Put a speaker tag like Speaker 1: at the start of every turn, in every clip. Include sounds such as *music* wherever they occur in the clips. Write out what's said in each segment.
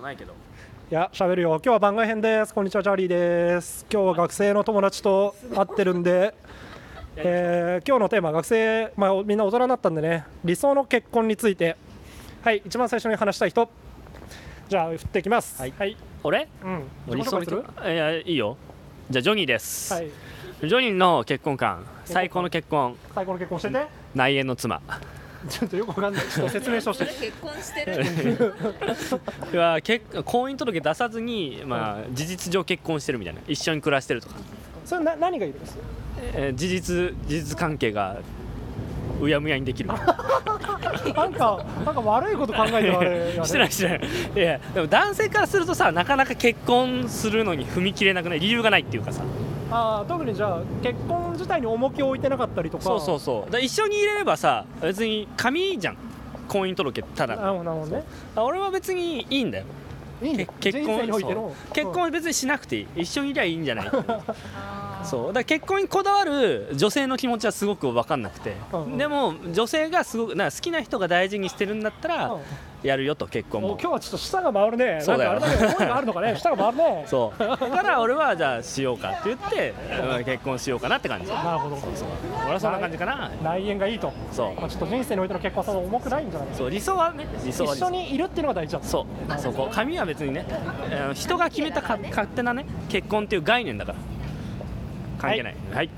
Speaker 1: ないけど
Speaker 2: いや喋るよ今日は番外編ですこんにちはチャーリーです今日は学生の友達と会ってるんで、えー今日のテーマ学生まあみんな大人になったんでね理想の結婚についてはい一番最初に話したい人じゃあ振っていきます
Speaker 1: はい
Speaker 2: はい、
Speaker 1: 俺
Speaker 2: うん
Speaker 1: 理
Speaker 2: 自己
Speaker 1: 想
Speaker 2: 紹介する
Speaker 1: のいやいいよじゃあジョニーです、
Speaker 2: はい
Speaker 1: ジョニーの結婚観最高の結婚
Speaker 2: 最高の結婚してて
Speaker 1: 内縁の妻 *laughs*
Speaker 2: ちょっとよくわかんないちょっと説明してほしい
Speaker 3: 結婚してる
Speaker 1: は結婚姻届出さずに、まあ、事実上結婚してるみたいな一緒に暮らしてるとか、
Speaker 2: それな何がいいです
Speaker 1: えー事実事実関係がうやむやにできる
Speaker 2: なんかなんか悪いこと考えて
Speaker 1: *laughs*
Speaker 2: るあれ、
Speaker 1: してないしてないいやでも男性からするとさなかなか結婚するのに踏み切れなくない理由がないっていうかさ
Speaker 2: あー特にじゃあ結婚自体に重きを置いてなかったりとか
Speaker 1: そうそうそうだから一緒にいれればさ別に紙じゃん婚姻届ただ
Speaker 2: なるほどなるほどね
Speaker 1: 俺は別にいいんだよ
Speaker 2: いいね
Speaker 1: け結
Speaker 2: 人生
Speaker 1: 婚
Speaker 2: においての
Speaker 1: そう結婚は別にしなくていい一緒にいりゃいいんじゃないそうだから結婚にこだわる女性の気持ちはすごく分かんなくて、
Speaker 2: うんうん
Speaker 1: でも女性がすごくなんか好きな人が大事にしてるんだったらやるよと結婚
Speaker 2: もう
Speaker 1: も
Speaker 2: 今日はちょっと舌が回るね
Speaker 1: そうだよ
Speaker 2: なんかあれだけ思いがあるのか
Speaker 1: *laughs*
Speaker 2: ね舌が回るね
Speaker 1: そうだから俺はじゃあしようかって言ってうん結婚しようかなって感じ俺
Speaker 2: なるほど
Speaker 1: はそんな感じかな
Speaker 2: 内縁がいいと
Speaker 1: そう
Speaker 2: まあ、ちょっと人生においての結婚はそんな重くないんじゃないですか
Speaker 1: そう理想はね理想は理
Speaker 2: 一緒
Speaker 1: 想
Speaker 2: にいるっていうのが大事だと
Speaker 1: そうそこ紙は別にねあの人が決めたか勝手なね結婚っていう概念だから関係ないはい、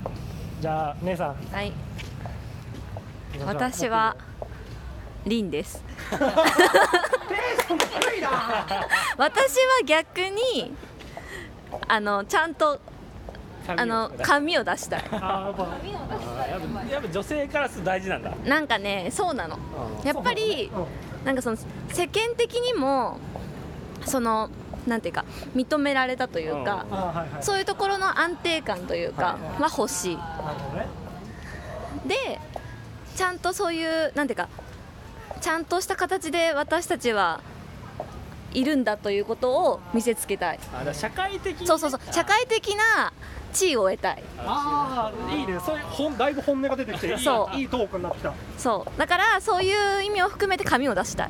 Speaker 2: じゃあ姉さん
Speaker 3: はい私はリンです私は逆にあのちゃんとあの髪を出したい
Speaker 2: あーや
Speaker 1: やっ
Speaker 2: っ
Speaker 1: ぱやっぱ女性からすると大事なんだ
Speaker 3: なんかねそうなの
Speaker 2: ぱ
Speaker 3: やっぱり
Speaker 2: そうね
Speaker 3: なんかその世間的にもそのなんていうか認められたとい
Speaker 2: う
Speaker 3: うか
Speaker 2: んあーはいはい
Speaker 3: そういうところの安定感というかは欲しい
Speaker 2: なるほどね
Speaker 3: でちゃんとそういうなんていうかちゃんとした形で私たちはいるんだということを見せつけたい
Speaker 1: あだから社会的に
Speaker 3: そうそうそう社会的な地位を得たい
Speaker 2: ああいいねそういう本だいぶ本音が出てきていい
Speaker 3: そう
Speaker 2: いいトークになってきた
Speaker 3: そうだからそういう意味を含めて紙を出したい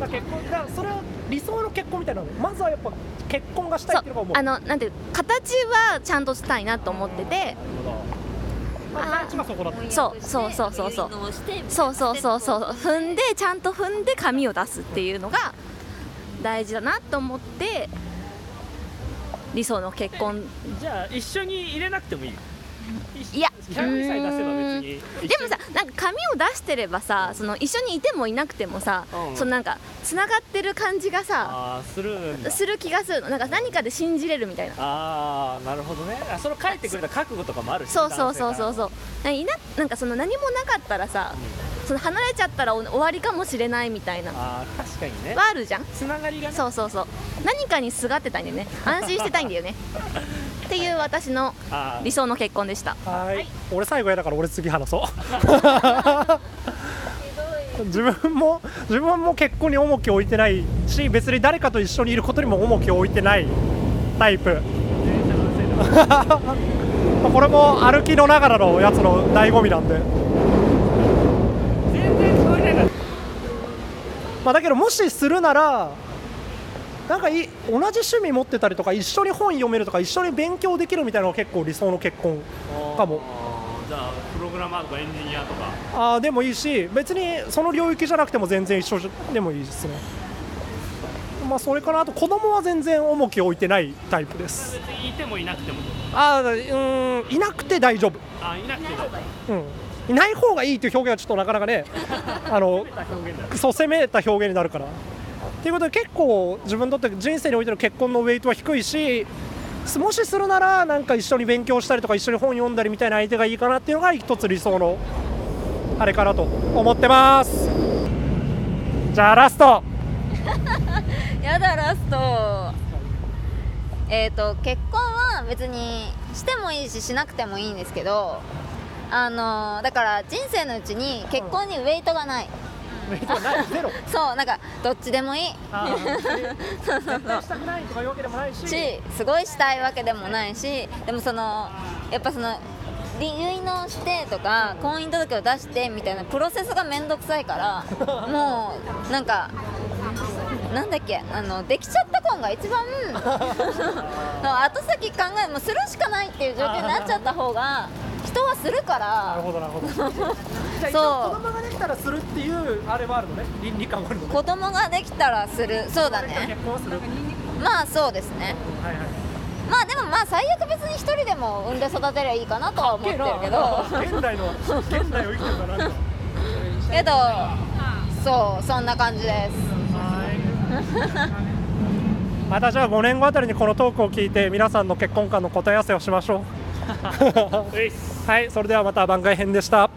Speaker 2: まあ結婚だからそれは理想の結婚みたいなのまずはやっぱ結婚がしたい
Speaker 3: そ
Speaker 2: っていうのがも
Speaker 3: う
Speaker 2: う
Speaker 3: あのなんていう形はちゃんとしたいなと思ってて
Speaker 2: まあ第一がそこだと
Speaker 3: そうそうそうそうそうそうそうそうそう踏んでちゃんと踏んで紙を出すっていうのが大事だなと思って理想の結婚
Speaker 1: じゃあ一緒に入れなくてもいい
Speaker 3: いや
Speaker 1: 紙さえ出せば別に
Speaker 3: でもさなんか紙を出してればさその一緒にいてもいなくてもさ、
Speaker 1: うん
Speaker 3: そのなんかつながってる感じがさ
Speaker 1: ああするんだ
Speaker 3: する気がするのなんか何かで信じれるみたいな
Speaker 1: ああなるほどねあそれ書いてくれた覚悟とかもあるし
Speaker 3: そうそうそうそう
Speaker 1: う
Speaker 3: そういななんかその何もなかったらさ、その離れちゃったらお終わりかもしれないみたいなは
Speaker 1: ああ確かにね
Speaker 3: あるじゃん
Speaker 1: つながりがね
Speaker 3: そうそうそう何かにすがってたいんだよね安心してたいんだ
Speaker 1: *laughs*
Speaker 3: よねっていう私の
Speaker 1: あ
Speaker 3: 理想の結婚でした
Speaker 2: はい俺最後やだから俺
Speaker 1: *laughs*
Speaker 2: 次話そう自分も自分も結婚に重きを置いてないし別に誰かと一緒にいることにも重きを置いてないタイ
Speaker 1: *laughs*
Speaker 2: プこれも歩きのながらのやつの醍醐味なんで
Speaker 1: ー全然聞こえなかった
Speaker 2: まあ、だけどもしするならなんかいい同じ趣味持ってたりとか一緒に本読めるとか一緒に勉強できるみたいなのが結構理想の結婚かも
Speaker 1: あーじゃあプログラマーとかエンジニアとか
Speaker 2: あーでもいいし別にその領域じゃなくても全然一緒でもいいですねまあそれからあと子供は全然重きを置いてないタイプです
Speaker 1: 別にいてもいなくても
Speaker 2: ああうんいなくて大丈夫
Speaker 1: あいなくても
Speaker 2: うんいない方がいいという表現はちょっとなかなかねあの
Speaker 1: 表現だよ
Speaker 2: そう攻めた表現になるから。ということで結構自分にとって人生においての結婚のウェイトは低いしもしするならなんか一緒に勉強したりとか一緒に本読んだりみたいな相手がいいかなっていうのが一つ理想のあれかなと思ってますじゃあラスト *laughs*
Speaker 4: やだラストえっ、と結婚は別にしてもいいししなくてもいいんですけどあのーだから人生のうちに結婚にウェイトがない、
Speaker 2: ウェイトはないゼロ
Speaker 4: そうなんかどっちでもいい
Speaker 2: あー絶対したくないとかいうわけでも
Speaker 4: *laughs*
Speaker 2: ないし
Speaker 4: しすごいしたいわけでもないしでもそのやっぱそのり結納してとか婚姻届を出してみたいなプロセスが面倒くさいからもうなんかなんだっけあのできちゃった婚が一番 *laughs* の後先考えもうするしかないっていう状況になっちゃった方が人はする
Speaker 2: な
Speaker 4: か
Speaker 2: る
Speaker 4: ら
Speaker 2: ほどなるほどじゃあ一
Speaker 4: そう
Speaker 2: 応子供ができたらするっていうあれはあるのね倫理観はあるのね
Speaker 4: 子供ができたらするそうだ
Speaker 2: 子供ができたら
Speaker 4: ね
Speaker 2: 結婚はする
Speaker 4: まあそうですね
Speaker 2: はいはい
Speaker 4: まあでもまあ最悪別に一人でも産んで育てりゃいいかなとは思ってるけど
Speaker 2: 現代の現代を生きてるからなんか
Speaker 4: けどそうそんな感じです
Speaker 2: またじゃあ5年後あたりにこのトークを聞いて皆さ
Speaker 4: *laughs*
Speaker 2: んの結婚観の答え合わせをしましょうはいそれではまた番外編でした